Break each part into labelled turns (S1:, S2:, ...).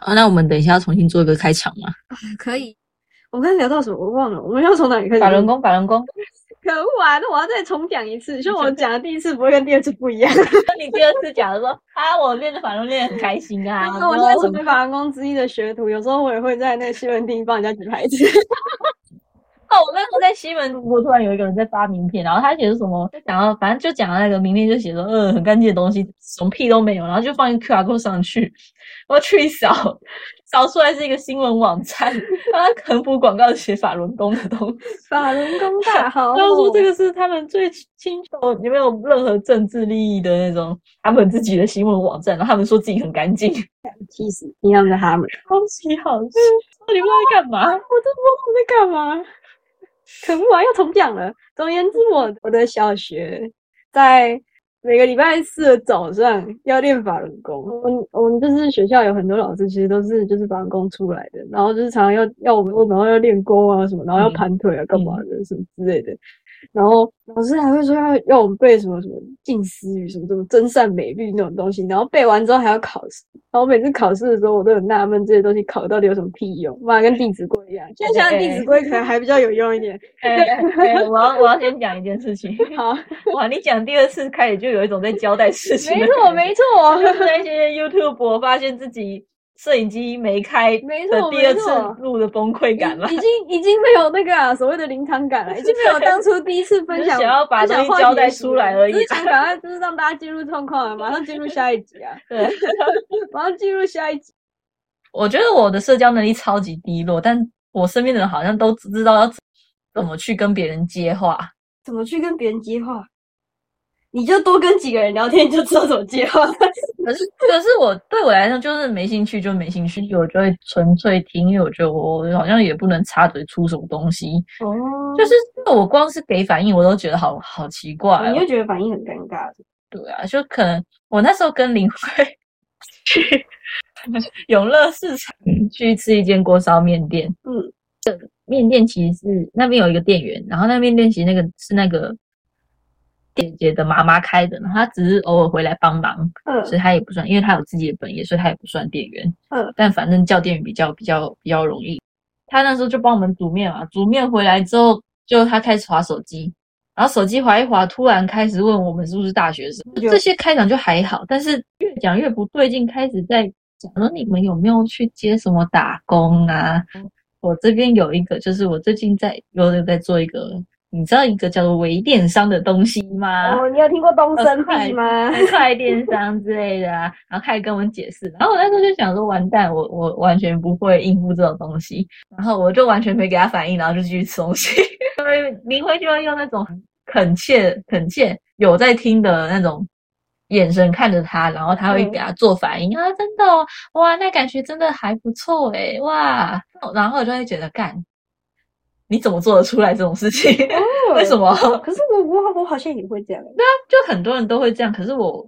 S1: 好，那我们等一下要重新做一个开场嘛？
S2: 可以。我刚才聊到什么？我忘了。我们要从哪里开始？
S3: 法轮功，法轮功，
S2: 可恶啊！那我要再重讲一次，就 我讲的第一次不会跟第二次不一样。
S3: 你第二次讲的说啊，我练的法轮练得很开心啊，
S2: 那我现在成为法轮功之一的学徒，有时候我也会在那个西门町帮人家举牌子。
S3: 哦，我那时候在西门，我突然有一个人在发名片，然后他写的什么，就讲到反正就讲到那个名片，就写说，嗯，很干净的东西，什么屁都没有，然后就放一个 QR code 上去，我去扫，扫出来是一个新闻网站，它横幅广告写法轮功的东西，
S2: 法轮功 大好，
S3: 他说这个是他们最清楚，有没有任何政治利益的那种，他们自己的新闻网站，然后他们说自己很干净，
S2: 气死！你他们的哈姆，
S3: 超级好笑，到底不知道在干嘛？
S2: 我真不知道我在干 嘛。可恶啊！又重讲了。总而言之，我我的小学在每个礼拜四的早上要练法轮功。我们我们就是学校有很多老师，其实都是就是法轮功出来的，然后就是常常要要我们，然后要练功啊什么，然后要盘腿啊干嘛的什么之类的。然后老师还会说要要我们背什么什么近思语、什么什么真善美律那种东西，然后背完之后还要考试。然后每次考试的时候，我都很纳闷这些东西考到底有什么屁用？妈，跟《弟子规》一样。哎现在想想《弟子规》可能还比较有用一点。
S3: 哎哎哎我要我要先讲一件事 情。
S2: 好，
S3: 哇，你讲第二次开始就有一种在交代事情
S2: 没
S3: 的感
S2: 错，
S3: 觉。
S2: 没错，
S3: 就是那些 YouTube 我发现自己摄影机没开
S2: 没
S3: 的
S2: 错
S3: 第二次
S2: 没错
S3: 录的崩溃感了
S2: 已。经已经没有那个、啊、所谓的临场感了，已经没有当初第一次分
S3: 只是
S2: 享，
S3: 想要把
S2: 分享
S3: 东西
S2: 话题
S3: 交代
S2: 的时候
S3: 出来而已
S2: 只是想赶快就是让大家进入状况了，啊马上进入下一集啊，
S3: 对，
S2: 马上进入下一集。
S3: 我觉得我的社交能力超级低落，但我身边的人好像都知道要怎怎么去跟别人接话。
S2: 怎么去跟别人接话？你就多跟几个人聊天，你就知道怎么接 话。
S3: 可是， 可是我对我来说就是没兴趣，就没兴趣，我就会纯粹听，因为我觉得我好像也不能插嘴出什么东西。
S2: 哦
S3: 就是我光是给反应，我都觉得好好奇怪、哦。
S2: 你就觉得反应很尴尬。
S3: 对啊，就可能我那时候跟林慧去永乐市场去吃一间锅烧面店，
S2: 嗯，
S3: 面店其实是那边有一个店员，然后那面店其实那个是那个姐姐的妈妈开的，然后她只是偶尔回来帮忙，所以
S2: 嗯
S3: 她也不算，因为她有自己的本业，所以她也不算店员。
S2: 嗯，
S3: 但反正叫店员比较比较比较容易。她那时候就帮我们煮面嘛，煮面回来之后，就她开始划手机，然后手机划一划，突然开始问我们是不是大学生。
S2: 有
S3: 这些开场就还好，但是越讲越不对劲，开始在讲说你们有没有去接什么打工啊？我这边有一个，就是我最近在有有在做一个，你知道一个叫做微电商的东西吗？
S2: 哦，你有听过东
S3: 升
S2: 升
S3: 币
S2: 币吗？
S3: 快电商之类的啊，然后开始跟我解释，然后我那时候就想说，完蛋，我我完全不会应付这种东西，然后我就完全没给他反应，然后就继续吃东西。 因为林辉就会用那种恳切、恳切有在听的那种眼神看着他，然后他会
S2: 嗯
S3: 给他做反应、啊，真的、哦、哇，那感觉真的还不错诶，哇，然后我就会觉得干，你怎么做得出来这种事情？ 为什？么？
S2: 可是我我我好像也会这样，
S3: 就很多人都会这样，可是我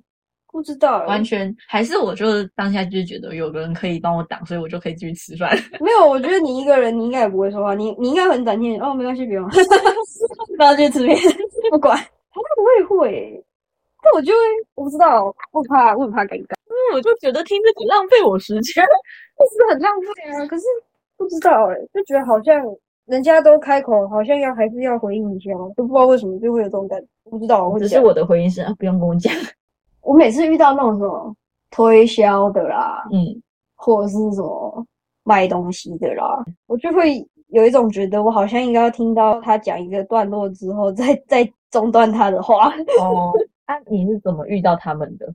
S2: 不知道欸
S3: 完全还是我就是当下就觉得有个人可以帮我挡，所以我就可以继续吃饭。
S2: 没有，我觉得你一个人，你应该也不会说话，你你应该很展现哦，没关系，不用， 不要去吃面， 不管。好像我也会，欸但我就会，我不知道，我怕，我很怕尴尬，
S3: 我就觉得听自己浪费我时间，
S2: 就是很浪费啊。可是不知道哎、就觉得好像人家都开口，好像要还是要回应一下，都不知道为什么就会有这种感觉，不知道我会
S3: 只
S2: 这
S3: 是
S2: 样。
S3: 我的回应是、啊、不用跟我讲。
S2: 我每次遇到那种什么推销的啦，
S3: 嗯，
S2: 或者是什么卖东西的啦，我就会有一种觉得我好像应该要听到他讲一个段落之后 再，再中断他的话。
S3: 哦，那、你是怎么遇到他们的？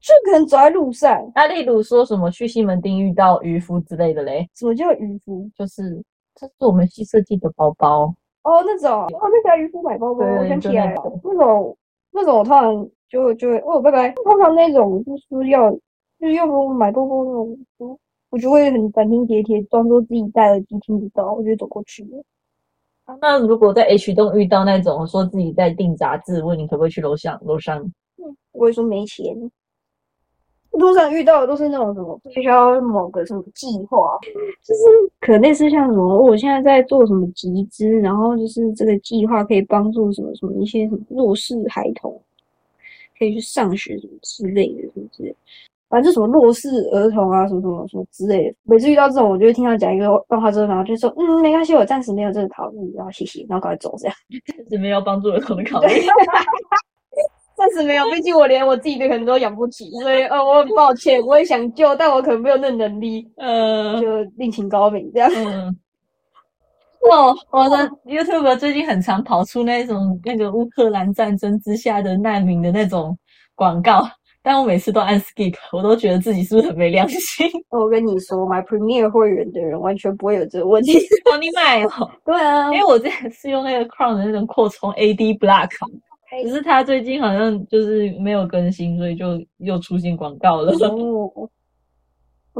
S2: 就可能走在路上，
S3: 那、例如说什么去西门町遇到渔夫之类的嘞，
S2: 什么叫渔夫？
S3: 就是这是我们系设计的包包，
S2: 哦，那种哦，那个渔夫买包包，我
S3: 对
S2: 想
S3: 就
S2: 起来
S3: 那
S2: 了
S3: 种，
S2: 那种那种我通常就就会哦，拜拜。通常那种就是要就是要我买包包那种，我我就会很斩钉截铁，装作自己戴耳机听不到，我就走过去了。
S3: 啊那如果在 H 栋遇到那种说自己在订杂志，问你可不可以去楼上楼上，
S2: 我会说没钱。路上遇到的都是那种什么推销某个什么计划，就是可能类似像什么，哦我现在在做什么集资，然后就是这个计划可以帮助什么什么一些什么弱势孩童，可以去上学什么之类的，是不是？反正就什么弱势儿童啊，什么什么什么之类的。每次遇到这种，我就会听他讲一个漫画之后，然后就说嗯，没关系，我暂时没有这个考虑，然后谢谢，然后赶快走这样。
S3: 是没有帮助儿童的考虑。
S2: 暂时没有，毕竟我连我自己的可能都养不起，所以呃，我很抱歉，我也想救，但我可能没有那能力，
S3: 呃，
S2: 就另请高明这样。
S3: 嗯，哦，我的 YouTube 最近很常跑出那种那个乌克兰战争之下的难民的那种广告，但我每次都按 skip，我都觉得自己是不是很没良心？
S2: 我跟你说买 Premier 会员的人完全不会有这个 问题。
S3: 帮你买哦，
S2: 对啊
S3: 因为我之前是用那个 Crown 的那种扩充 AD Block，可是它最近好像就是没有更新，所以就又出现广告了。
S2: 哦，我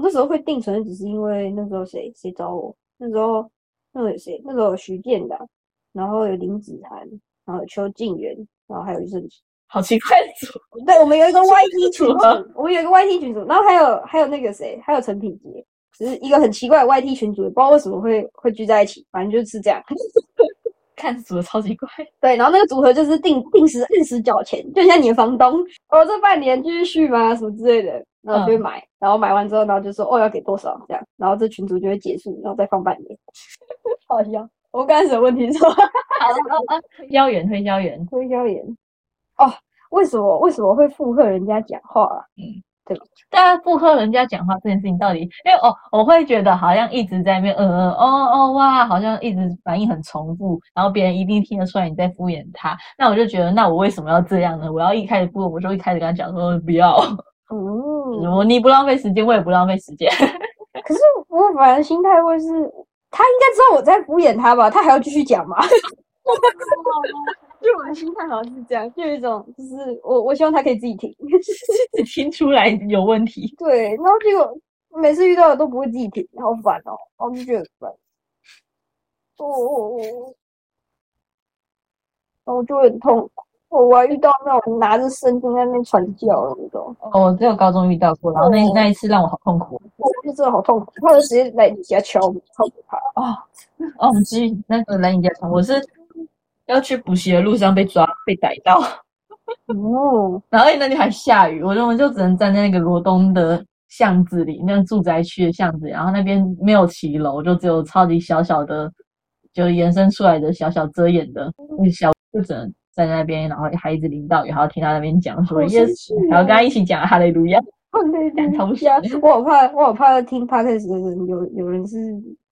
S2: 那时候会定存，只是因为那时候谁谁找我，那时候那时候有谁，那时候有徐建的，然后有林子涵，然后有邱静媛，然后还有一阵子，
S3: 好奇怪的组合，
S2: 对，我们有一个 YT
S3: 组
S2: 群
S3: 合
S2: 组，我们有一个 YT 群组，然后还有还有那个谁，还有陈品杰，只是一个很奇怪的 YT 群组，也不知道为什么会会聚在一起，反正就是这样。
S3: 看组合超级怪。
S2: 对，然后那个组合就是定定时定时缴钱，就像你的房东，哦，这半年继续续吗？什么之类的，然后就会买，然后买完之后，然后就说哦要给多少这样，然后这群组就会结束，然后再放半年，好笑。我刚开始问题 是吧？
S3: 好了，啊啊，推销员，推销员，
S2: 推销员，哦，为什么为什么会附和人家讲话啊？
S3: 大家附和人家讲话这件事情到底，因为哦，我会觉得好像一直在那边，嗯嗯，哦哦哇，好像一直反应很重复，然后别人一定听得出来你在敷衍他。那我就觉得，那我为什么要这样呢？我要一开始不，我就一开始跟他讲说不要，
S2: 嗯，
S3: 我你不浪费时间，我也不浪费时间。
S2: 可是我反而心态会是，他应该知道我在敷衍他吧？他还要继续讲吗？ 就我的心态好像是这样，就有一种就是我我希望他可以自己听。
S3: 只听出来有问题，
S2: 对，然后结果每次遇到的都不会自己停，好烦哦，我就觉得很烦。哦我我我，然后就会很痛苦。哦我还遇到那种拿着圣经在那边传教的那种，
S3: 我只哦有高中遇到过，然后那
S2: 哦
S3: 那一次让我好痛苦
S2: 我就真的好痛苦。他就直接来你家敲门，超可怕。
S3: 哦。哦，我们去那个来你家床，我是要去补习的路上被抓被逮到，
S2: 哦，
S3: 然后那天还下雨，我就我们就只能站在那个罗东的巷子里，那个住宅区的巷子里，然后那边没有骑楼，就只有超级小小的，就延伸出来的小小遮掩的那个小，就只能站在那边，然后还一直淋到雨，还要听他那边讲说
S2: 好
S3: 耶
S2: 生气
S3: 稣，还要
S2: 哦
S3: 跟他一起讲哈利路亚，
S2: 对
S3: 感
S2: 对
S3: 同身
S2: 呀，我好怕，我好怕听 podcast 的人有有人是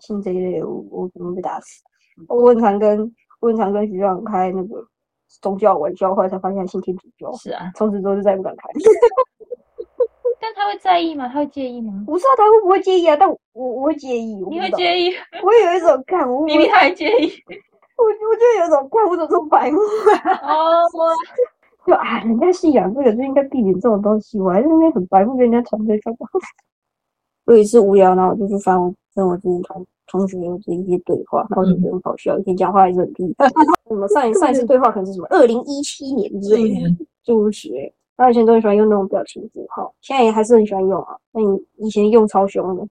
S2: 信这一类的，我我可能会被打死。
S3: 嗯
S2: 我很常跟我很常跟学长开那个宗教玩笑，后来才发现他信天主教。
S3: 是啊，
S2: 从此之后就再也不敢开。
S3: 但他会在意吗？他会介意吗？
S2: 我不知道他会不会介意啊，但我我会介意。我
S3: 你
S2: 不
S3: 会
S2: 知道
S3: 介意？
S2: 我有一种看，我我我
S3: 明明他还介意
S2: 我就有一种看，我怎么这么白目啊？
S3: 哦，
S2: 就啊，人家信仰这个就应该避免这种东西，我还是那边很白目跟人家传这干嘛？我有一次无聊，然后我就去翻我跟我之前同同学的一些对话，然后我就觉得很搞笑，以前讲话还是很低。 我们上一上一次对话可能是什么？二零一七年之类的。诸如此类。然后以前都很喜欢用那种表情符号，现在也还是很喜欢用啊。那你以前用超凶的，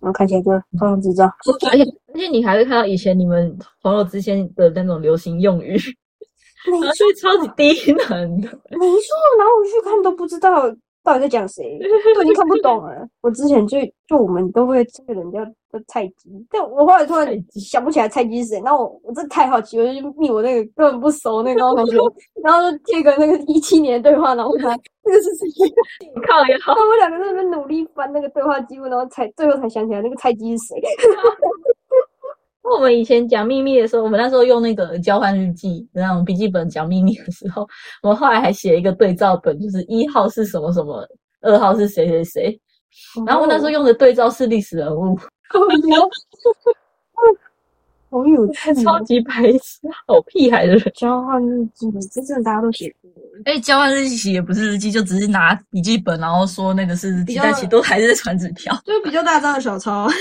S2: 然后看起来就非常智障。
S3: 而且而且你还会看到以前你们朋友之间的那种流行用语，
S2: 没
S3: 然后就会超级低能的。
S2: 没错，然后我去看都不知道到底在讲谁，都已经看不懂了。我之前就就我们都会这个人叫叫菜鸡，但我后来突然
S3: 菜鸡
S2: 想不起来菜鸡是谁。然后我我真的太好奇，我就去密我那个根本不熟那个高中 同学，然后就贴个那个一七年的对话，然后问他这个是谁？
S3: 靠也好，
S2: 他们两个在那边努力翻那个对话记录，然后才最后才想起来那个菜鸡是谁。
S3: 我们以前讲秘密的时候，我们那时候用那个交换日记那种笔记本讲秘密的时候，我们后来还写一个对照本，就是一号是什么什么，二号是谁谁谁。然后我那时候用的对照是历史人物，
S2: 好有趣
S3: 超
S2: 哦，
S3: 级白痴，好屁孩的人。
S2: 交换日记，哦这真的大家都写过。
S3: 哎，交换日记也不是日记，就只是拿笔记本，然后说那个是日
S2: 比
S3: 记，
S2: 较
S3: 但其实都还是在传纸条。
S2: 就是比较大张的小抄。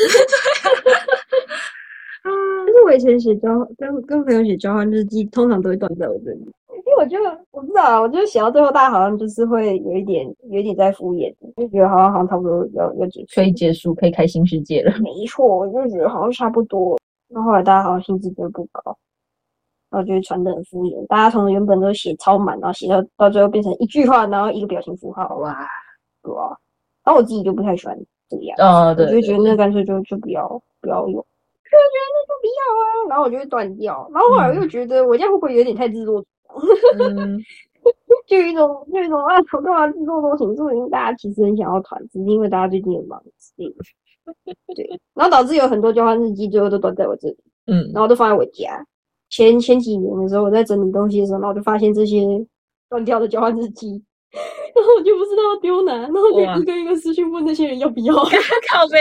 S2: 但是我以前写交跟跟朋友写交换日记，通常都会断在我这里，因为我就我不知道啊，我就写到最后，大家好像就是会有一点有一点在敷衍，就觉得好像好像差不多要要结束
S3: 可。以结束，可以开新世界了。
S2: 没错，我就觉得好像差不多了。那后来大家好像兴致都不高，然后就会传的很敷衍。大家从原本都写超满，然后写到到最后变成一句话，然后一个表情符号，哇，对啊，然后我自己就不太喜欢这个样子，
S3: 哦，
S2: 我
S3: 对
S2: 就
S3: 对
S2: 会觉得那干脆就就不要不要用，可是我觉得那就不要啊，然后我就会断掉，然后后来我又觉得我这样会不会有点太自作主
S3: 嗯，
S2: 就有一种，就有一种啊，我干嘛自作多情？说明大家其实很想要团，只是因为大家最近很忙之类的。对，然后导致有很多交换日记最后都断在我这里，
S3: 嗯，
S2: 然后都放在我家。前前几年的时候，我在整理东西的时候，然后我就发现这些断掉的交换日记， 然后我就不知道要丢哪，然后我
S3: 哇
S2: 就一个一个私讯问那些人要不要，那
S3: 靠背，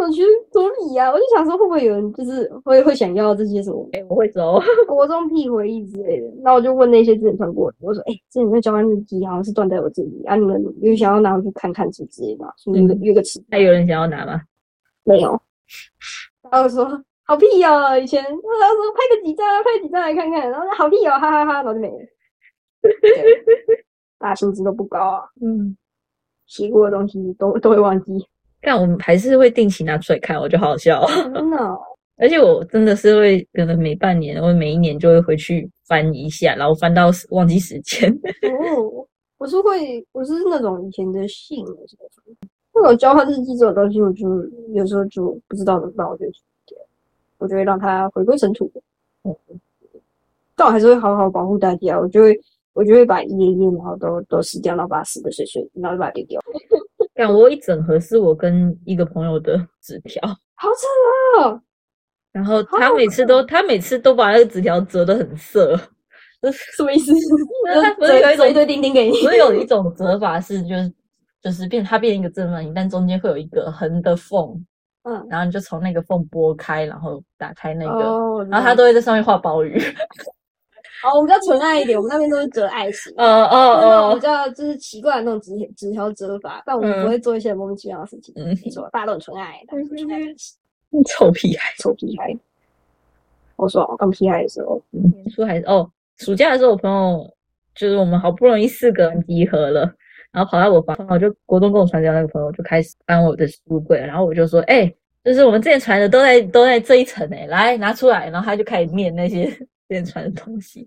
S2: 种去处理呀、啊。我就想说，会不会有人就是会会想要这些什么
S3: 我会走，
S2: 国中屁回忆之类的。那我就问那些之前传过的，我说：“哎、之前那交换日记好像是断在我这里啊，你们有想要拿回去看看是不是之类的吗？是不是约个
S3: 嗯
S2: 约个吃
S3: 那有人想要拿吗？
S2: 没有？”然后我说：“好屁哦，以前他说拍个几张啊，拍几张来看看。”然后说：“好屁哦，哈哈哈然后就没了。对 大家薪资都不高啊，
S3: 嗯，
S2: 写过的东西都都会忘记，
S3: 但我们还是会定期拿出来看，我觉得好好笑哦、
S2: 真的哦、
S3: 而且我真的是会，可能每半年或每一年就会回去翻一下，然后翻到忘记时间。
S2: 哦，我是会，我是那种以前的信的这种，那种交换日记这种东西，我就有时候就不知道怎么办，我就丢掉我就会让它回归尘土。
S3: 嗯
S2: 但我还是会好好保护大家，我就会我就会把一页一页，然后都都撕掉，然后把它撕个碎碎，然后就把它丢掉。
S3: 但我有一整盒是我跟一个朋友的纸条，
S2: 好扯啊！
S3: 然后他每次
S2: 哦
S3: 都他每次都把那个纸条折得很涩，
S2: 什么意思？
S3: 那它不是
S2: 折
S3: 有一
S2: 折一
S3: 种
S2: 堆钉钉给你？
S3: 不是有一种折法是就是就是变它变一个正方形，但中间会有一个横的缝，
S2: 嗯，
S3: 然后你就从那个缝拨开，然后打开那个，
S2: 哦，
S3: 然后他都会在上面画鲍鱼。
S2: 好，我们比较纯爱一点，我们那边都是折 爱心。
S3: 呃
S2: 哦哦，比
S3: 哦
S2: 较就是奇怪的那种纸条纸条折法，但我们
S3: 嗯
S2: 不会做一些莫名其妙的事情。
S3: 嗯
S2: 没错，大家都很纯爱，大家都很纯爱，
S3: 哦，臭屁孩！
S2: 臭屁孩。我说哦我刚屁孩的时候，
S3: 年初还是哦，暑假的时候，我朋友就是我们好不容易四个人集合了，然后跑到我房，我就国中跟我传教那个朋友就开始翻我的书柜，然后我就说，哎、就是我们之前传的都在都在这一层哎、来拿出来，然后他就开始念那些之前传的东西，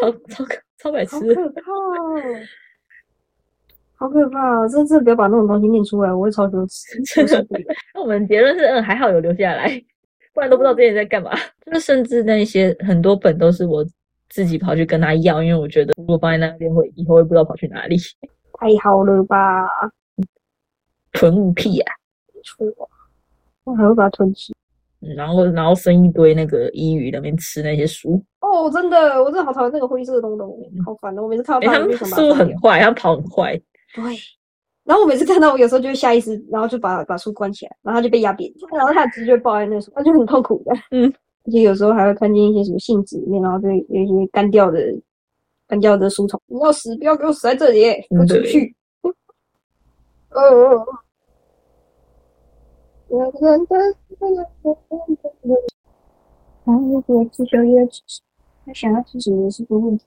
S3: 超超可超白痴
S2: 好，可怕哦，好可怕哦！真的不要把那种东西念出来，我会超羞耻。我受不了
S3: 那我们结论是，嗯，还好有留下来，不然都不知道之前在干嘛。就是甚至那些很多本都是我自己跑去跟他要，因为我觉得如果放在那边会以后会不知道跑去哪里，
S2: 太好了吧？
S3: 囤物癖啊。
S2: 没错，我还会把它吞吃。
S3: 嗯然后然后分一堆那个伊鱼那边吃那些书，
S2: 哦，真的，我真的好讨厌那个灰色的东东，好烦的。哦我每次看
S3: 哎、
S2: 到它，
S3: 他
S2: 我
S3: 们
S2: 就想把它
S3: 速度
S2: 丢
S3: 很
S2: 掉
S3: 快，他们跑很快，
S2: 对。 然后我每次看到，我有时候就会下意识，然后就把把书关起来，然后它就被压扁，然后它的直觉抱在那书，那就很痛苦的。
S3: 嗯，
S2: 而且有时候还会看见一些什么信纸里面，然后就有一些干掉的、干掉的书虫。你要死，不要给我死在这里，给我出去！哦哦呃哦。然后那个自修约，他想要吃什么是个问题。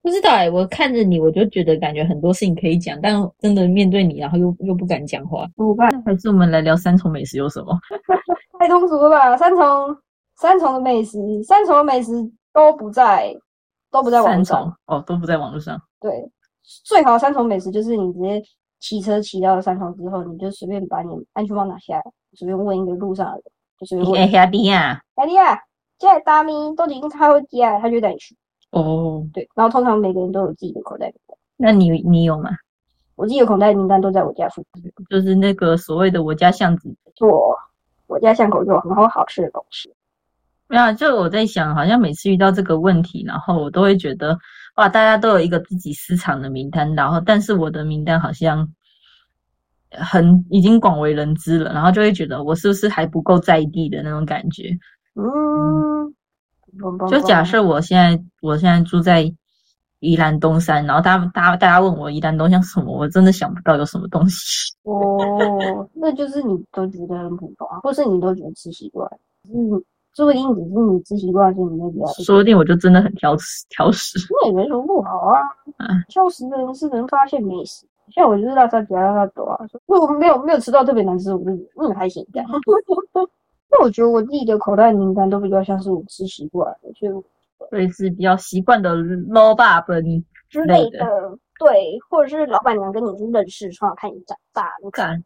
S3: 不知道哎、我看着你，我就觉得感觉很多事情可以讲，但真的面对你，然后又又不敢讲话。
S2: 怎么办？
S3: 还是我们来聊三重美食有什么？
S2: 太通俗了吧？三重三重的美食，三重的美食都不在，都不在网
S3: 三
S2: 络上。
S3: 重哦，都不在网络上。
S2: 对，最好的三重美食就是你直接骑车骑到三重之后，你就随便把你安全帽拿下来，随便问一个路上的人，就随便问
S3: 兄弟啊！
S2: 哪里啊？现在大咪都已经开回家了，他就带你去。
S3: 哦，
S2: 对，然后通常每个人都有自己的口袋名单，
S3: 那你你有吗？
S2: 我自己的口袋名单都在我家附近。
S3: 就是那个所谓的我家巷子，
S2: 做我家巷口就有很多好吃的东西。
S3: 没有，就我在想，好像每次遇到这个问题，然后我都会觉得，哇，大家都有一个自己私藏的名单，然后但是我的名单好像很已经广为人知了，然后就会觉得我是不是还不够在地的那种感觉。
S2: 嗯，嘣嘣
S3: 就假
S2: 嘣
S3: 设我现在我现在住在宜兰东山，然后大家大家大家问我宜兰东山什么，我真的想不到有什么东西。
S2: 哦，那就是你都觉得很普通啊，或是你都觉得吃习惯，嗯，说不定只是你吃习惯，所以你会觉得哎
S3: 说不定我就真的很挑食挑食。
S2: 那也没什么不好啊
S3: 嗯。
S2: 挑食的人是能发现美食，像我就是辣椒比较辣多啊，如果没有没有吃到特别难吃，我就觉得嗯还行这 样。那我觉得我自己的口袋名单都比较像是我吃习惯的，就
S3: 所以是比较习惯的 low 吧本
S2: 之
S3: 类
S2: 类
S3: 的
S2: 的。对，或者是老板娘跟你是认识，从小看你长大，你
S3: 感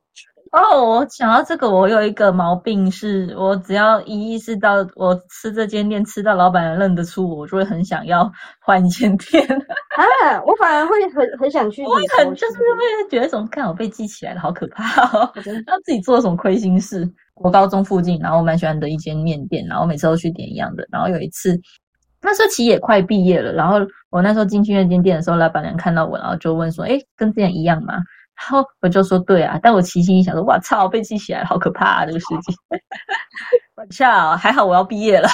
S3: 哦，我想到这个，我有一个毛病是，我只要一意识到我吃这间店吃到老板娘认得出我，我就会很想要换一间店。
S2: 啊，我反而会很很想去
S3: 我会
S2: 你熟悉的地方，
S3: 很就是会觉得怎么看我被记起来了，好可怕哦！
S2: 我 真的
S3: 然后自己做了什么亏心事。我高中附近，然后我蛮喜欢的一间面店，然后每次都去点一样的。然后有一次，那时候其实也快毕业了，然后我那时候进去那间店的时候，老板娘看到我，然后就问说：“哎，跟之前一样吗？”然后我就说：“对啊。”但我其实心里想说：“哇操，被记起来了，好可怕啊！这个事 情。”我操，还好我要毕业了。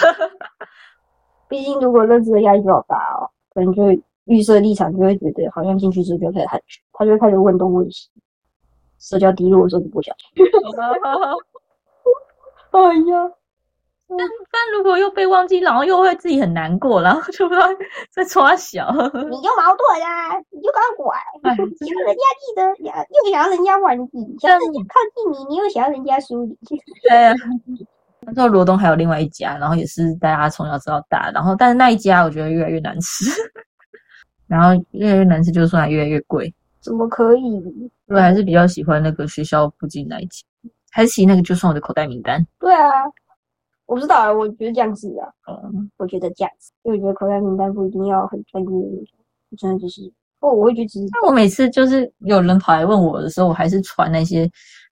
S2: 毕竟如果认知的压力比较大哦，可能就会预设立场就会觉得好像进去之后就开始寒暄，他就会开始问东问西，社交低落的时候就不想。哎呀，
S3: 但如果又被忘记，然后又会自己很难过，然后就不知道在 抓小。
S2: 你就矛盾啦、你就搞管，
S3: 哎
S2: 想要人家记得，呀又想要人家忘记，想要人家靠近你，你又想要人家疏 离。
S3: 对，那时候罗东还有另外一家，然后也是大家从小吃到大，然后但是那一家我觉得越来越难吃， 然后越来越难吃，就算越来越贵，
S2: 怎么可以？
S3: 我还是比较喜欢那个学校附近那一家，还是其实那个就算我的口袋名单。
S2: 对啊，我不知道啊，我觉得这样子啊，
S3: 哦，
S2: 我觉得这样子，因为我觉得口袋名单不一定要很专业的那种，真的就是，哦，我会觉得只是
S3: 那我每次就是有人跑来问我的时候，我还是传那些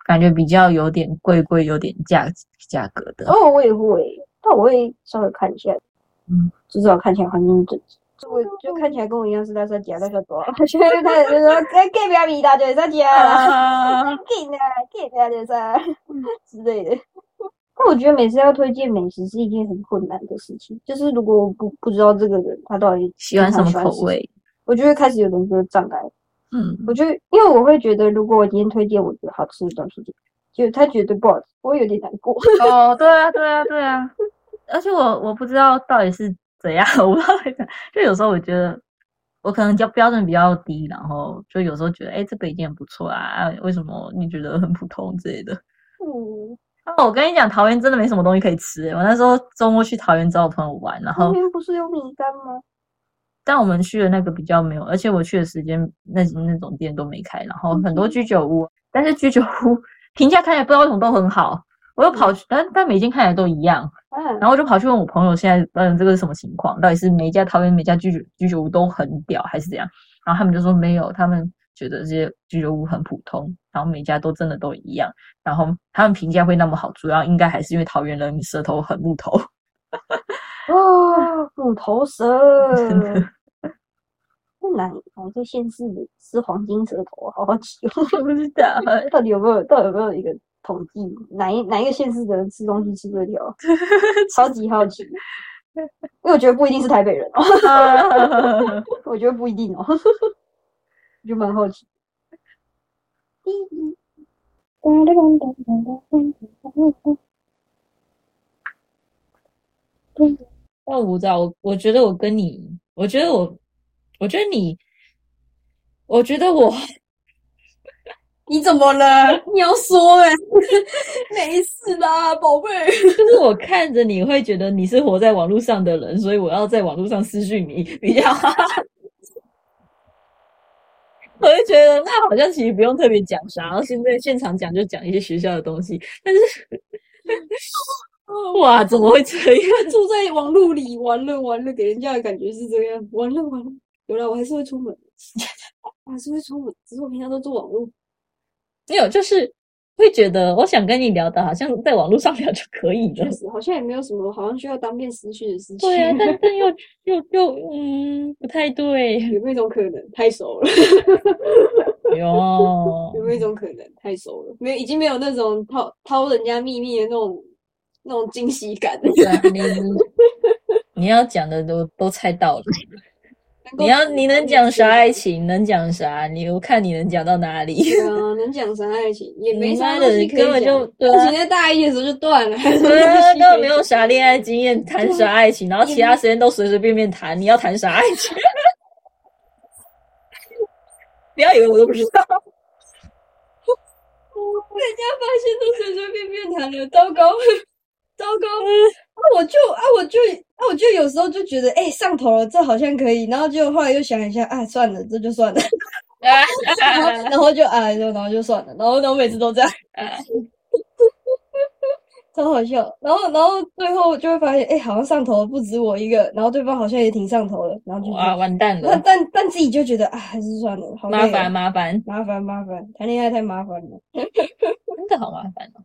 S3: 感觉比较有点贵贵、有点价价格的。
S2: 哦，我也会，但我会稍微看一下，
S3: 嗯，
S2: 至少看起来环境整齐。我就看起来跟我一样是大三姐，大小 多，就会开始就说：“哎，给不要米大姐，三姐，
S3: 啊嗯
S2: 给呢，给不要姐三啊 之类的。”但我觉得每次要推荐美食是一件很困难的事情，就是如果我不不知道这个人他到底
S3: 喜欢
S2: 平
S3: 什
S2: 常
S3: 么口
S2: 吃，
S3: 味？
S2: 我就会开始有人格障碍。
S3: 嗯，
S2: 我就因为我会觉得，如果我今天推荐我觉得好吃的东西，就他觉得不好吃，我会有点难过。
S3: 哦，对啊，对啊，对啊，而且我我不知道到底是怎样， 我不知道为什么，就有时候我觉得我可能标标准比较低，然后就有时候觉得，哎，这个已经很不错啊，啊为什么你觉得很普通之类的？
S2: 嗯。
S3: 哦，我跟你讲，桃园真的没什么东西可以吃。欸我那时候周末去桃园找我朋友玩，然
S2: 那
S3: 后
S2: 边不是有米干吗？
S3: 但我们去的那个比较没有，而且我去的时间那那种店都没开，然后很多居酒屋，但是居酒屋 评价看起来不知道为什么都很好，我又跑去，但但每间看起来都一样。
S2: 嗯，
S3: 然后我就跑去问我朋友，现在嗯这个是什么情况？到底是每一家桃园每一家居酒居酒屋都很屌，还是怎样？然后他们就说没有，他们觉得这些居酒屋很普通，然后每一家都真的都一样。然后他们评价会那么好，主要应该还是因为桃园人舌头很木头。
S2: 哦，虎头蛇，不难，我这县市里是黄金舌头，好好奇 哦，
S3: 我不知道，
S2: 到底有没有，到底有没有一个统计，哪一哪一个县市的人吃东西吃最屌？超级好奇，因为我觉得不一定是台北人哦， 我觉得不一定哦， 我就蛮好奇。
S3: 但 我不知道，我我觉得我跟你，我觉得我，我觉得你，我觉得我
S4: 你怎么 了？你要说
S3: 欸
S4: 哎、没事啦，宝贝。
S3: 就是我看着你会觉得你是活在网络上的人，所以我要在网络上私讯你比较好。 我就觉得那好像其实不用特别讲啥，然后现在现场讲就讲一些学校的东西，但是 哇，怎么会这样？
S4: 住在网路里，完了完了，给人家的感觉是这样，完了完了。有啦，我还是会出门， 我还是会出门，只是我平常都做网路。
S3: 没有，就是会觉得我想跟你聊的，好像在网络上聊就可以了
S4: 确。实，好像也没有什么，好像需要当面失去的事情。
S3: 对 啊，但但又又又嗯，不太对。
S4: 有没有一种可能太熟了？
S3: 哟，
S4: 有没有一种可能太熟了？没有，已经没有那种掏掏人家秘密的那种那种惊喜感。
S3: 对啊你你你要讲的都都猜到了。
S4: 能够
S3: 你要
S4: 主
S3: 你
S4: 动
S3: 能
S4: 地
S3: 讲
S4: 去
S3: 啥爱情？能讲啥？你我看你能讲到哪里？
S4: 对啊，能讲啥爱情？也没
S3: 你
S4: 啥东
S3: 妈的
S4: 西可
S3: 根
S4: 以
S3: 本
S4: 讲
S3: 就对啊
S4: 爱情在大一的时候就断了，还 有什么
S3: 对
S4: 东
S3: 啊，
S4: 西
S3: 根
S4: 可
S3: 本
S4: 以
S3: 没有啥恋爱经验，谈啥爱情？然后其他时间都随随便便谈，你要谈啥爱情？ 不要以为我都不知道，
S4: 人家发
S2: 嗯
S4: 现都随随便便谈了，糟糕，糟糕！啊，我就啊，我就
S2: 那我就有时候就觉得，哎、上头了，这好像可以，然后就后来又想一下，啊，算了，这就算了， 然 后然后就啊，就然后就算了，然后然后每次都这样， 超好笑。然后然后最后就会发现，哎、好像上头的不止我一个，然后对方好像也挺上头的，然后就觉
S1: 哇，
S2: 得
S1: 完蛋
S2: 那
S1: 了，
S2: 但但自己就觉得啊，还是算了，好累
S1: 麻
S2: 哦
S1: 烦麻烦，
S2: 麻烦麻烦，谈恋爱太麻烦了。
S1: 真的好麻烦哦，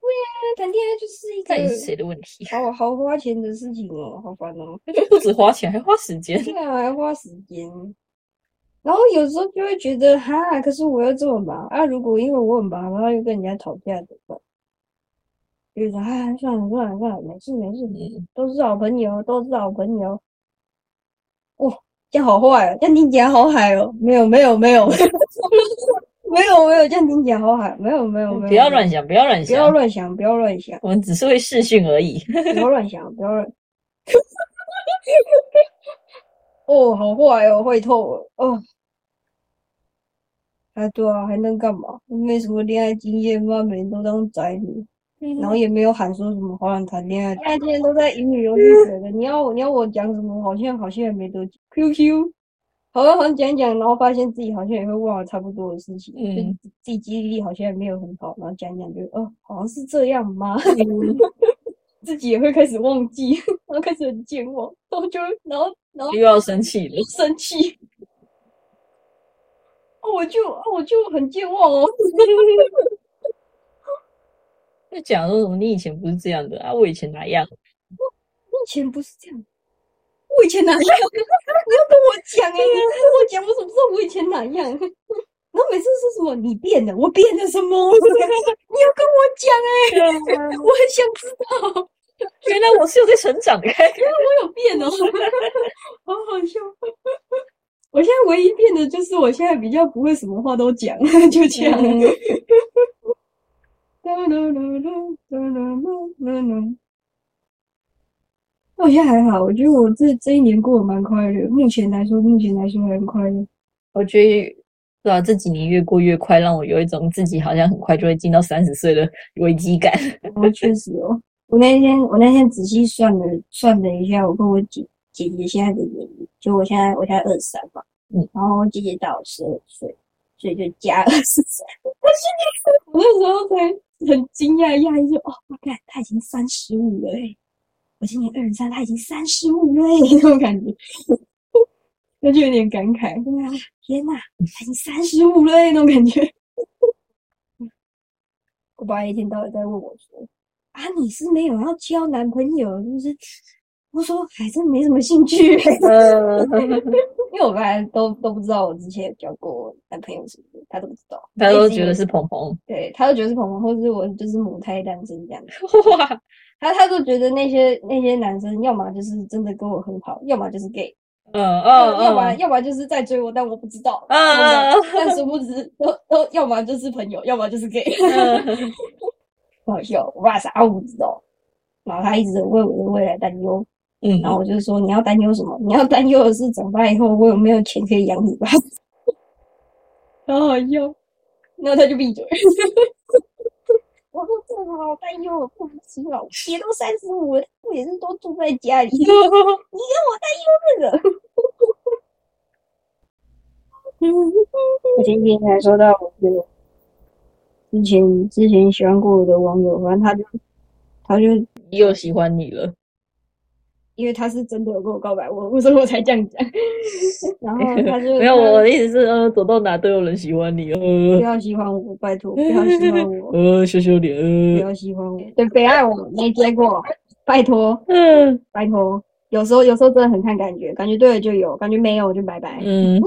S2: 那谈恋爱就是一
S1: 到底是
S2: 个
S1: 谁的问 题？
S2: 好好花钱的事情哦，好烦哦。
S1: 不止花钱，还花时间。
S2: 对啊，还花时间。然后有时候就会觉得哈，可是我又这么忙啊，如果因为我很忙，然后又跟人家吵架怎么办？就是啊，算了算了算了，没事没事，
S4: 嗯
S2: 都是好朋友，都是好朋友。哇、这样好坏哦，这样听起来好嗨哦。没有没有没有，没有没有，这样听起来好嗨，没有没有没
S1: 嗯
S2: 有，
S1: 不要乱想，不要乱
S2: 不要
S1: 想，
S2: 乱想，不要乱想，
S1: 我们只是会试训而已。
S2: 不要乱想，不要乱。 哦，好坏哦，坏透了哦。啊，对啊，还能干嘛？没什么恋爱经验，妈，每天都当宅女，然后也没有喊说什么好想谈恋爱。现在今天都在乙女游戏水了，你要我你要我讲什么？好像好像也没得讲 QQ，好像好像讲一讲，然后发现自己好像也会忘了差不多的事情，就
S1: 嗯
S2: 自己记忆力好像也没有很好，然后讲一讲就哦，好像是这样吗？自己也会开始忘记， 然后开始很健忘，然后就然后然后
S1: 又要生气了，
S2: 生气。哦，我就哦我就很健忘哦，
S1: 就讲说什么你以前不是这样的啊，我以前哪 样？
S2: 我以前不是这样，我以前哪样？你要跟我讲哎、你不跟我讲，我怎么知道我以前哪样？然后每次说什么你变了，我变了什 么？你要跟我讲哎、我很想知道，
S1: 原来我是有在成长的，
S2: 我有变 哦，好好笑。我现在唯一变的就是我现在比较不会什么话都讲，就这样。那我现在哦还好，我觉得我这这一年过得蛮快乐。目前来说，目前来说还很快乐。
S1: 我觉得。对啊，这几年越过越快，让我有一种自己好像很快就会进到三十岁的危机感。
S2: 我确实哦，我那天我那天仔细算了算了一下，我跟我姐姐姐现在的年龄，就我现在我现在二十三嘛，
S1: 嗯，
S2: 然后我姐姐大我十二岁，所以就加二十岁。 我心里我那时候才很惊讶，讶异就哦，我看她已经三十五了欸，我今年二十三，她已经三十五了欸，那种感觉。 那就有点感慨，对啊，天呐，她已经三十五了欸，那种感觉。我爸一天到晚在问我说：“啊，你是没有要交男朋友，是不是？”我说：“还真没什么兴趣，
S1: 呃，
S2: 嗯因为我本来都都不知道我之前有交过男朋友什么的，他都不知道，
S1: 大家
S2: 一
S1: 都
S2: 直
S1: 觉
S2: 以
S1: 得
S2: 为
S1: 是鹏鹏，
S2: 对，他都觉得是朋友，或者是我就是母胎单身这样子。
S1: 哇，
S2: 他他都觉得那些那些男生，要么就是真的跟我很好，要么就是 gay，
S1: 嗯嗯
S2: 要要么
S1: 嗯，
S2: 要么就是在追我，但我不知道，
S1: 嗯
S2: 我不知道
S1: 嗯
S2: 但殊不知都都要么就是朋友，要么就是 gay。
S1: 嗯
S2: 不好笑，我爸啥都不知道，然后他一直为我的未来担忧，
S1: 嗯
S2: 然后我就说你要担忧什么？你要担忧的是长大以后我有没有钱可以养你吧？好好笑，然后他就闭嘴。 我说这个好担忧，我不服气老爹都三十五了，不也是都住在家里？ 这个。我前几天才收到我的之前之前喜欢过我的网友，反正他就他就
S1: 又喜欢你了，
S2: 因为他是真的有跟我告白我，所以我才这样讲。 然后他就
S1: 没有，我的意思是，呃，走到哪都有人喜欢你，
S2: 不
S1: 呃
S2: 要喜欢我，拜托不要喜欢 我，
S1: 呃，羞羞脸，
S2: 不
S1: 呃
S2: 要喜欢我，对，别爱我没结果，拜托
S1: 嗯
S2: 拜托。有时候有时候真的很看感觉，感觉对了就有，感觉没有就拜拜。
S1: 嗯，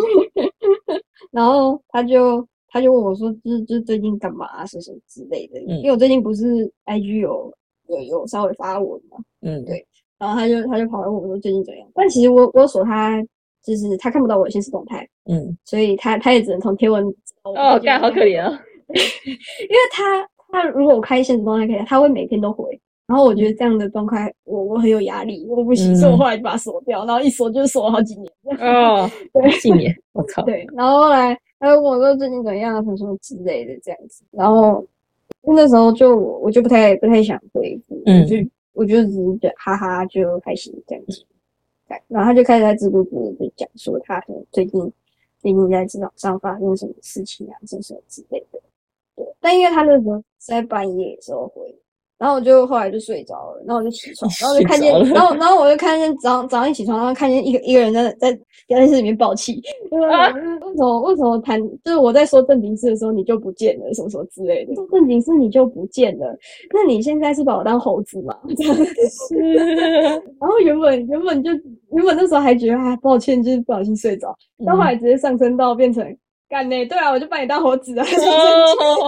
S2: 然后他就他就问我说，就是就是最近干嘛啊，什么什么之类的。
S1: 嗯
S2: 因为我最近不是 IG 有有有稍微发文嘛，
S1: 嗯，
S2: 对然后他就他就跑来问我说最近怎样。但其实我我有锁他就是他看不到我的现实动态，
S1: 嗯，
S2: 所以他他也只能从贴文知道我
S1: 哦，
S2: 最近
S1: 干，好
S2: 在
S1: 可怜啊，
S2: 因为他他如果我开现实动态给他，他会每天都回。然后我觉得这样的状态，我我很有压力，我不行，所以我
S1: 嗯
S2: 后来就把它锁掉，然后一锁就是锁了好几年。
S1: 哦，信你，我 靠，
S2: 对，然后后来他又问我说最近怎样啊，什么什么之类的这样子，然后那时候就我我就不太不太想回复，
S1: 嗯
S2: 我就我就只是觉得哈哈就开心这样子，对然后他就开始在自顾自的就讲说他可能最近最近在职场上发生什么事情啊，什么什么之类的。对，但因为他那时候是在半夜的时候回，然后我就后来就睡着了，然后我就起床，然后我就看见，
S3: 睡着了
S2: 然后然后我就看见早上早上一起床，然后看见一个一个人在在在室里面爆气，
S5: 啊
S2: 为什么为什么谈就是我在说正经事的时候你就不见了，什么什么之 类的，说正经事你就不见了，那你现在是把我当猴子吗？ 这样
S3: 嗯
S2: 然后原本原本就原本那时候还觉得啊抱歉，就是不小心睡着，但后来直接上升到变成干嘞、对啊，我就把你当猴子啊，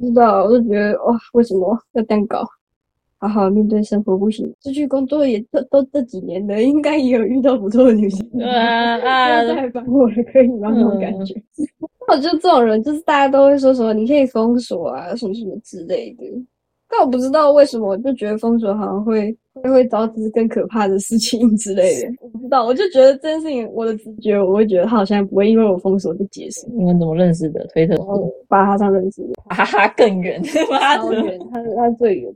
S2: 不知道，我就觉得哇，为什么要这样搞？好好面对生活不行，出去工作也都都这几年了，应该也有遇到不错的女生。
S3: 对啊啊
S2: 不要再烦我了，可以吗？那种感觉。那我觉得这种人就是大家都会说什么你可以封锁啊，什么什么之类的。但我不知道为什么，我就觉得封锁好像会会会导致更可怕的事情之类的。我不知道，我就觉得这件事情，我的直觉，我会觉得他好像不会因为我封锁就结束。
S3: 你们怎么认识的？推特
S2: 然
S1: 哦
S2: 后把他上认识，
S3: 哈哈更远， 妈
S2: 超
S3: 的！
S2: 远，他他最远。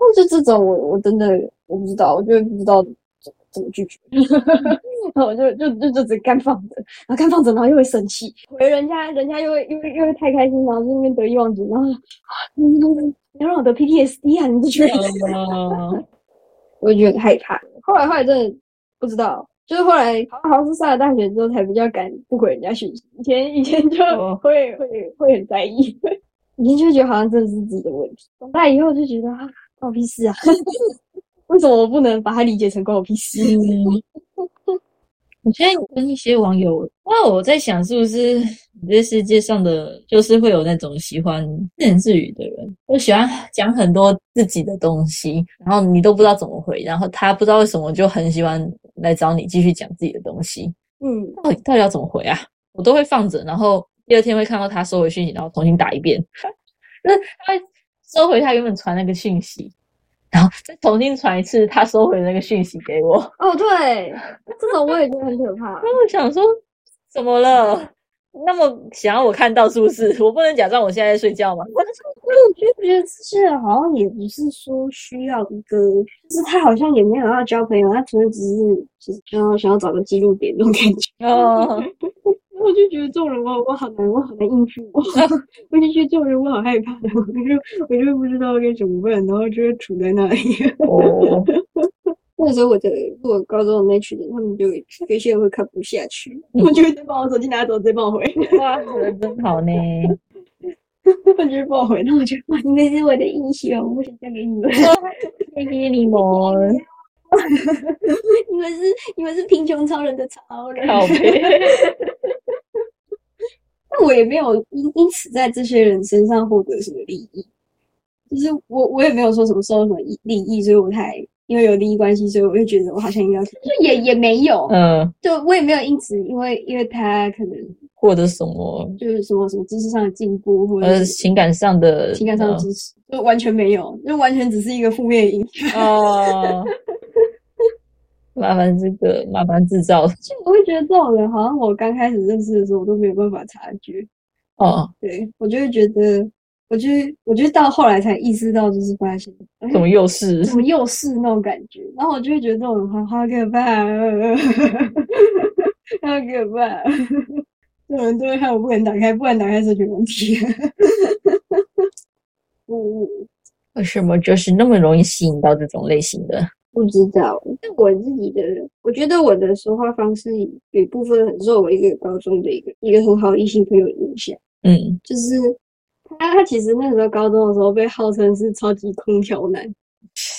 S2: 但是这种我我真的我不知道，我就不知道怎么怎么拒绝，然后我就就就就只干放着，然后干放着，然后又会生气，回人家人家又会又会又会太开心，然后就那边得意忘形，然后啊你你你要让我得 PTSD 啊，你这群人，
S3: 哦
S2: 我就觉得很害怕。后来后来真的不知道。就是后来好像好像是上了大学之后才比较敢不回人家讯息，以前以前就
S3: 哦
S2: 会、会会很在意， 以前就会觉得好像真的是自己的问题，长大以后就觉得啊，关我屁事啊！ 为什么我不能把它理解成关我屁事？
S3: 嗯， 我现在跟一些网友，那我在想，是不是这世界上的就是会有那种喜欢自言自语的人，就喜欢讲很多自己的东西，然后你都不知道怎么回，然后他不知道为什么就很喜欢来找你继续讲自己的东西，
S2: 嗯，
S3: 到底到底要怎么回啊？我都会放着，然后第二天会看到他收回讯息，然后重新打一遍， 就是他会收回他原本传那个讯息，然后再重新传一次他收回的那个讯息给我。
S2: 哦对，这种我也觉得很可怕。
S3: 那我想说，怎么了？那么想要我看到是不是？我不能假装我现在在睡 觉吗？
S2: 我就觉得这些人好像也不是说需要一个，就是他好像也没有要交朋友，他纯粹只是只是想要想要找个记录点这种感觉。
S3: 哦，
S2: 然后我就觉得这种人我我好难，我好难应付， 我我就觉得这种人我好害怕，我就我就不知道该怎么办，然后就会杵在那里。
S3: 哦，
S2: 那时候我的我高中的那群人，他们就有些人会看不下去， 我就会直接把我手机拿走，直接帮我回，
S3: 哇，人真好呢。
S2: 他们就会帮我回，那我就哇，你们是我的英雄，我想嫁给你们，
S3: 谢谢 你们，
S2: 你们是你们是贫穷超人的超人。
S3: 靠背。
S2: 但我也没有因因此在这些人身上获得什么利益，就是我我也没有说什么受到什么益利益，所以我才因为有利益关系，所以我就觉得我好像应该要就也也没有，
S3: 嗯，
S2: 就我也没有因此因为因为他可能
S3: 获得什么？
S2: 就是什么什么知识上的进步或者
S3: 呃，
S2: 是
S3: 情感上的， 嗯
S2: 情感上的支持，就完全没有，就完全只是一个负面影响。
S3: 嗯哦，麻烦这个麻烦制造
S2: 就我会觉得这种人好像我刚开始认识的时候，我都没有办法察觉。
S3: 哦，
S2: 对我就会觉得，我就我就到后来才意识到，就是发现哎
S3: 怎么又是？
S2: 怎么又是那种感觉，然后我就会觉得这种好好可怕，啊 好可怕。啊这种人都会害我不敢打开，不敢打开社群问题。 我我
S3: 为什么就是那么容易吸引到这种类型的？
S2: 不知道，但我自己的，我觉得我的说话方式有一部分很受我一个高中的一个一个很好的异性朋友的影响。
S3: 嗯，
S2: 就是他，他其实那时候高中的时候被号称是超级空调男，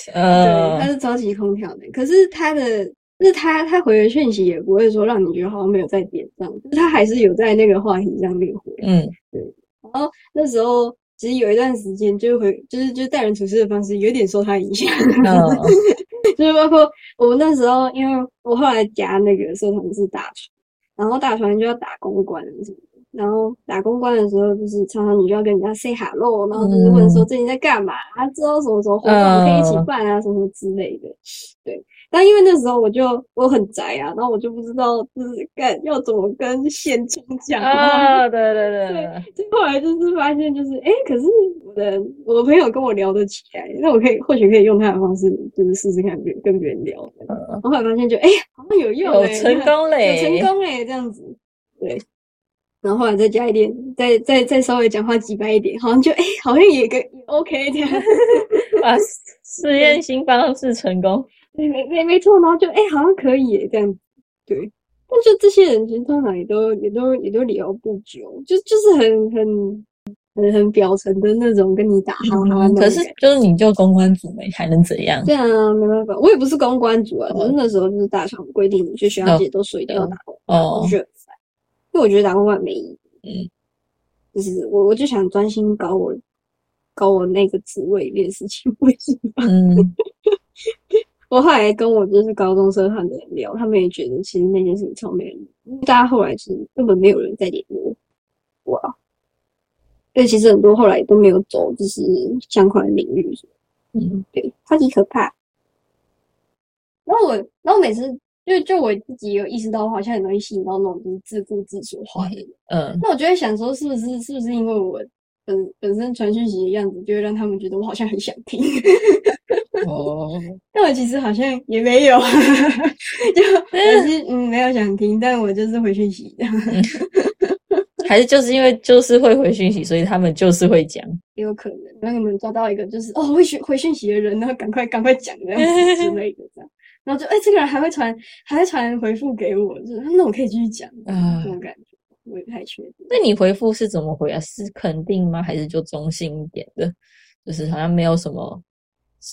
S2: 对，他
S3: 呃，
S2: 是超级空调男。可是他的，就是他他回的讯息也不会说让你觉得好像没有在点上，就是他还是有在那个话题上面回。
S3: 嗯，
S2: 然后那时候其实有一段时间就回，就是就是待人处事的方式有点受他影响，
S3: 嗯，
S2: 就是包括我那时候，因为我后来加那个社团是大船，然后大船就要打公关什么的。然后打公关的时候，就是常常你就要跟人家 say hello，然后就是问说最近在干嘛啊，知道什么时候活动可以一起
S3: 嗯
S2: 办啊，什么什么之类的。对，但因为那时候我就我很宅啊，然后我就不知道就是干要怎么跟现充
S3: 嗯
S2: 讲话。
S6: 啊，对对对
S2: 对
S6: 对，
S2: 所以后来就是发现，就是哎、诶可是我的我的朋友跟我聊得起来，那我可以或许可以用他的方式，就是试试看别跟别人聊。然后后来发现就哎、诶好像有用、
S3: 嗯有
S2: 诶
S3: 成功欸嘞，
S2: 有成功哎、这样子，对。然后后来再加一点，再再再稍微讲话直白一点，好像就哎、好像也跟也 OK 这样，
S3: 把实验新方式成 功。
S2: 对没没没错，然后就哎、好像可以耶这样，对。但就这些人其实通常也都也都也都聊不久，就就是很很很很表层的那种跟你打哈哈那种
S3: 嗯可是
S2: 感觉
S3: 就是你就公关组没，还能怎样？
S2: 对啊，没办法，我也不是公关组啊，只是那时候就是大厂规定，你去学校
S3: 哦
S2: 姐都说一定要打工，
S3: 哦
S2: 我觉得很烦，因为我觉得打工换没意义。
S3: 嗯，
S2: 就是我我就想专心搞我搞我那个职位里面事情，为什么？
S3: 嗯，
S2: 我后来跟我就是高中生和的人聊，他们也觉得其实那件事情超没人，因为大家后来其实根本没有人在联络我啊。对，其实很多后来都没有走就是相关的领域，
S3: 嗯，
S2: 对，超级可怕。然后我，然后每次就就我自己有意识到，我好像很容易吸引到那种就是自顾自说话的人。
S3: 嗯，
S2: 那我就在想说，是不是是不是因为我本本身传讯息的样子，就会让他们觉得我好像很想听？
S3: 哦，
S2: 但我其实好像也没有， 就我是嗯没有想听，但我就是回讯息的。
S3: 还是就是因为就是会回讯息，所以他们就是会讲。
S2: 也有可能，然后你们抓到一个就是哦会讯回讯息的人，然后赶快赶快讲这样子之类的这样，然后就哎、这个人还会传还会传回复给我，就是那我可以继续讲
S3: 啊
S2: 这种感觉，我也不太确定。
S3: 那你回复是怎么回啊？是肯定吗？还是就中性一点的？就是好像没有什么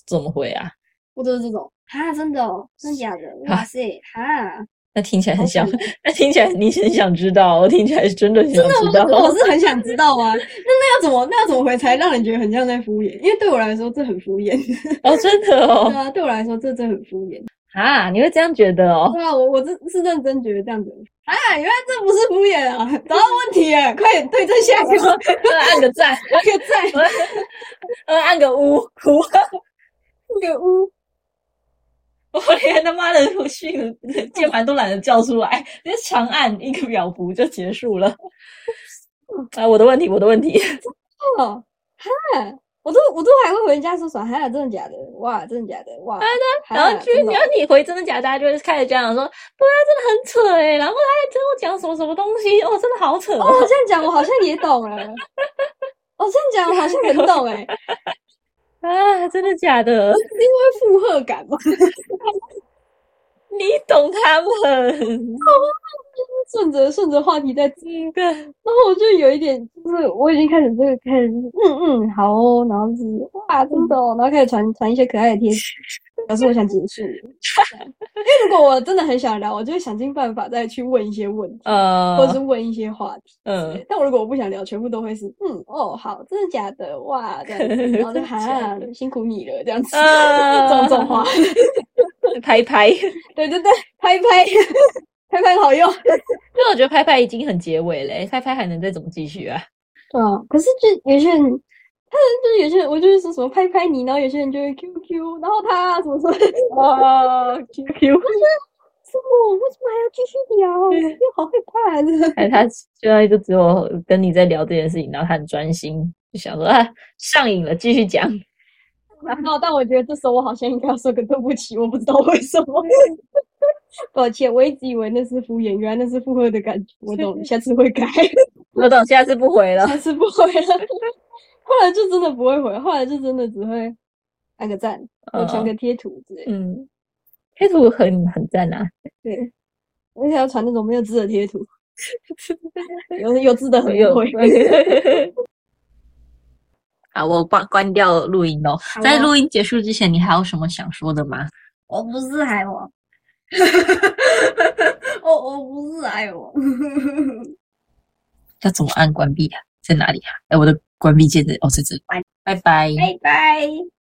S3: 怎么回啊？
S2: 我都是这种哈，真的哦，真假的，
S3: 啊
S2: 哇塞哈，
S3: 那听起来
S2: 好
S3: 很想
S2: 感，
S3: 那听起来你很想知道，哦我听起来真的很想知道。
S2: 哦我是很想知道啊，那那要怎么那要怎么回才让人觉得很像在敷衍？因为对我来说这很敷衍，
S3: 哦，真的
S2: 对
S3: 哦，
S2: 啊，对我来说这真的很敷衍。
S3: 啊，你会这样觉得哦？
S2: 对啊，我我真是认真觉得这样子啊，原来这不是敷衍啊，找到问题哎，快点对症下药，
S3: 啊按个赞，
S2: 那个赞，
S3: 呃，按个呜哭，
S2: 那个呜，
S3: 我连他妈的训键盘都懒得叫出来，直接长按一个秒符就结束了。 啊，我的问题，我的问题，
S2: 哦，哈，我都我都还会回人家说爽，哈，真的假的？哇，真的假的？哇，哈
S3: 然后去
S2: 真的
S3: 你
S2: 哦
S3: 要你回真的假的，大啊家就会开始讲说，对啊，真的很扯哎、然后他还跟我讲什么什么东西，哦，真的好扯、
S2: 哦，这样讲我好像也懂了，哦，这样讲我好像很懂哎，会
S3: 啊，真的假的？
S2: 附和感哦吗？
S3: 你懂他们？
S2: 顺着顺着话题在走，
S3: 嗯，对，
S2: 然后我就有一点，就是我已经开始这个开始，嗯嗯，好哦，然后就是哇，
S3: 嗯
S2: 真的哦，然后开始传传一些可爱的贴纸，表示我想结束了。因为如果我真的很想聊，我就会想尽办法再去问一些问题，或者是
S3: 呃，
S2: 问一些话题。
S3: 嗯，
S2: 但我如果我不想聊，全部都会是嗯哦好，真的假的哇这样子，然后就 哈辛苦你了这样子， 这种这种话，
S3: 呃拍拍，
S2: 对对对，拍拍 拍拍好用。
S3: 因为我觉得拍拍已经很结尾嘞、拍拍还能再怎么继续 啊？
S2: 对啊，可是就有些人，他就是有些人，我就是说什么拍拍你，然后有些人就会 QQ，然后他啊什么什么， 什
S3: 哦，QQ，
S2: 么为什么还要继续聊？又好害怕的。
S3: 哎，他现在就只有跟你在聊这件事情，然后他很专心，就想说啊，上瘾了，继续讲。
S2: 然后，但我觉得这时候我好像应该要说个对不起，我不知道为什么。 抱歉，我一直以为那是敷衍，原来那是附和的感觉。我懂了，下次会改，
S3: 我懂，下次不回了。
S2: 下次不会了。后来就真的不会回，后来就真的只会按个赞， 我传个贴图之类的。
S3: 嗯，贴图很很赞啊，
S2: 对，我想要传那种没有字的贴图，有有字的很
S3: 有
S2: 会。
S3: 好，我关关掉录音喽。
S2: 啊
S3: 在录音结束之前，你还有什么想说的吗？
S2: 我不是海 王，我我不是海 王。
S3: 要怎么按关闭啊？在哪里啊？哎，我的关闭键在哦，在这里。拜拜。
S2: 拜拜。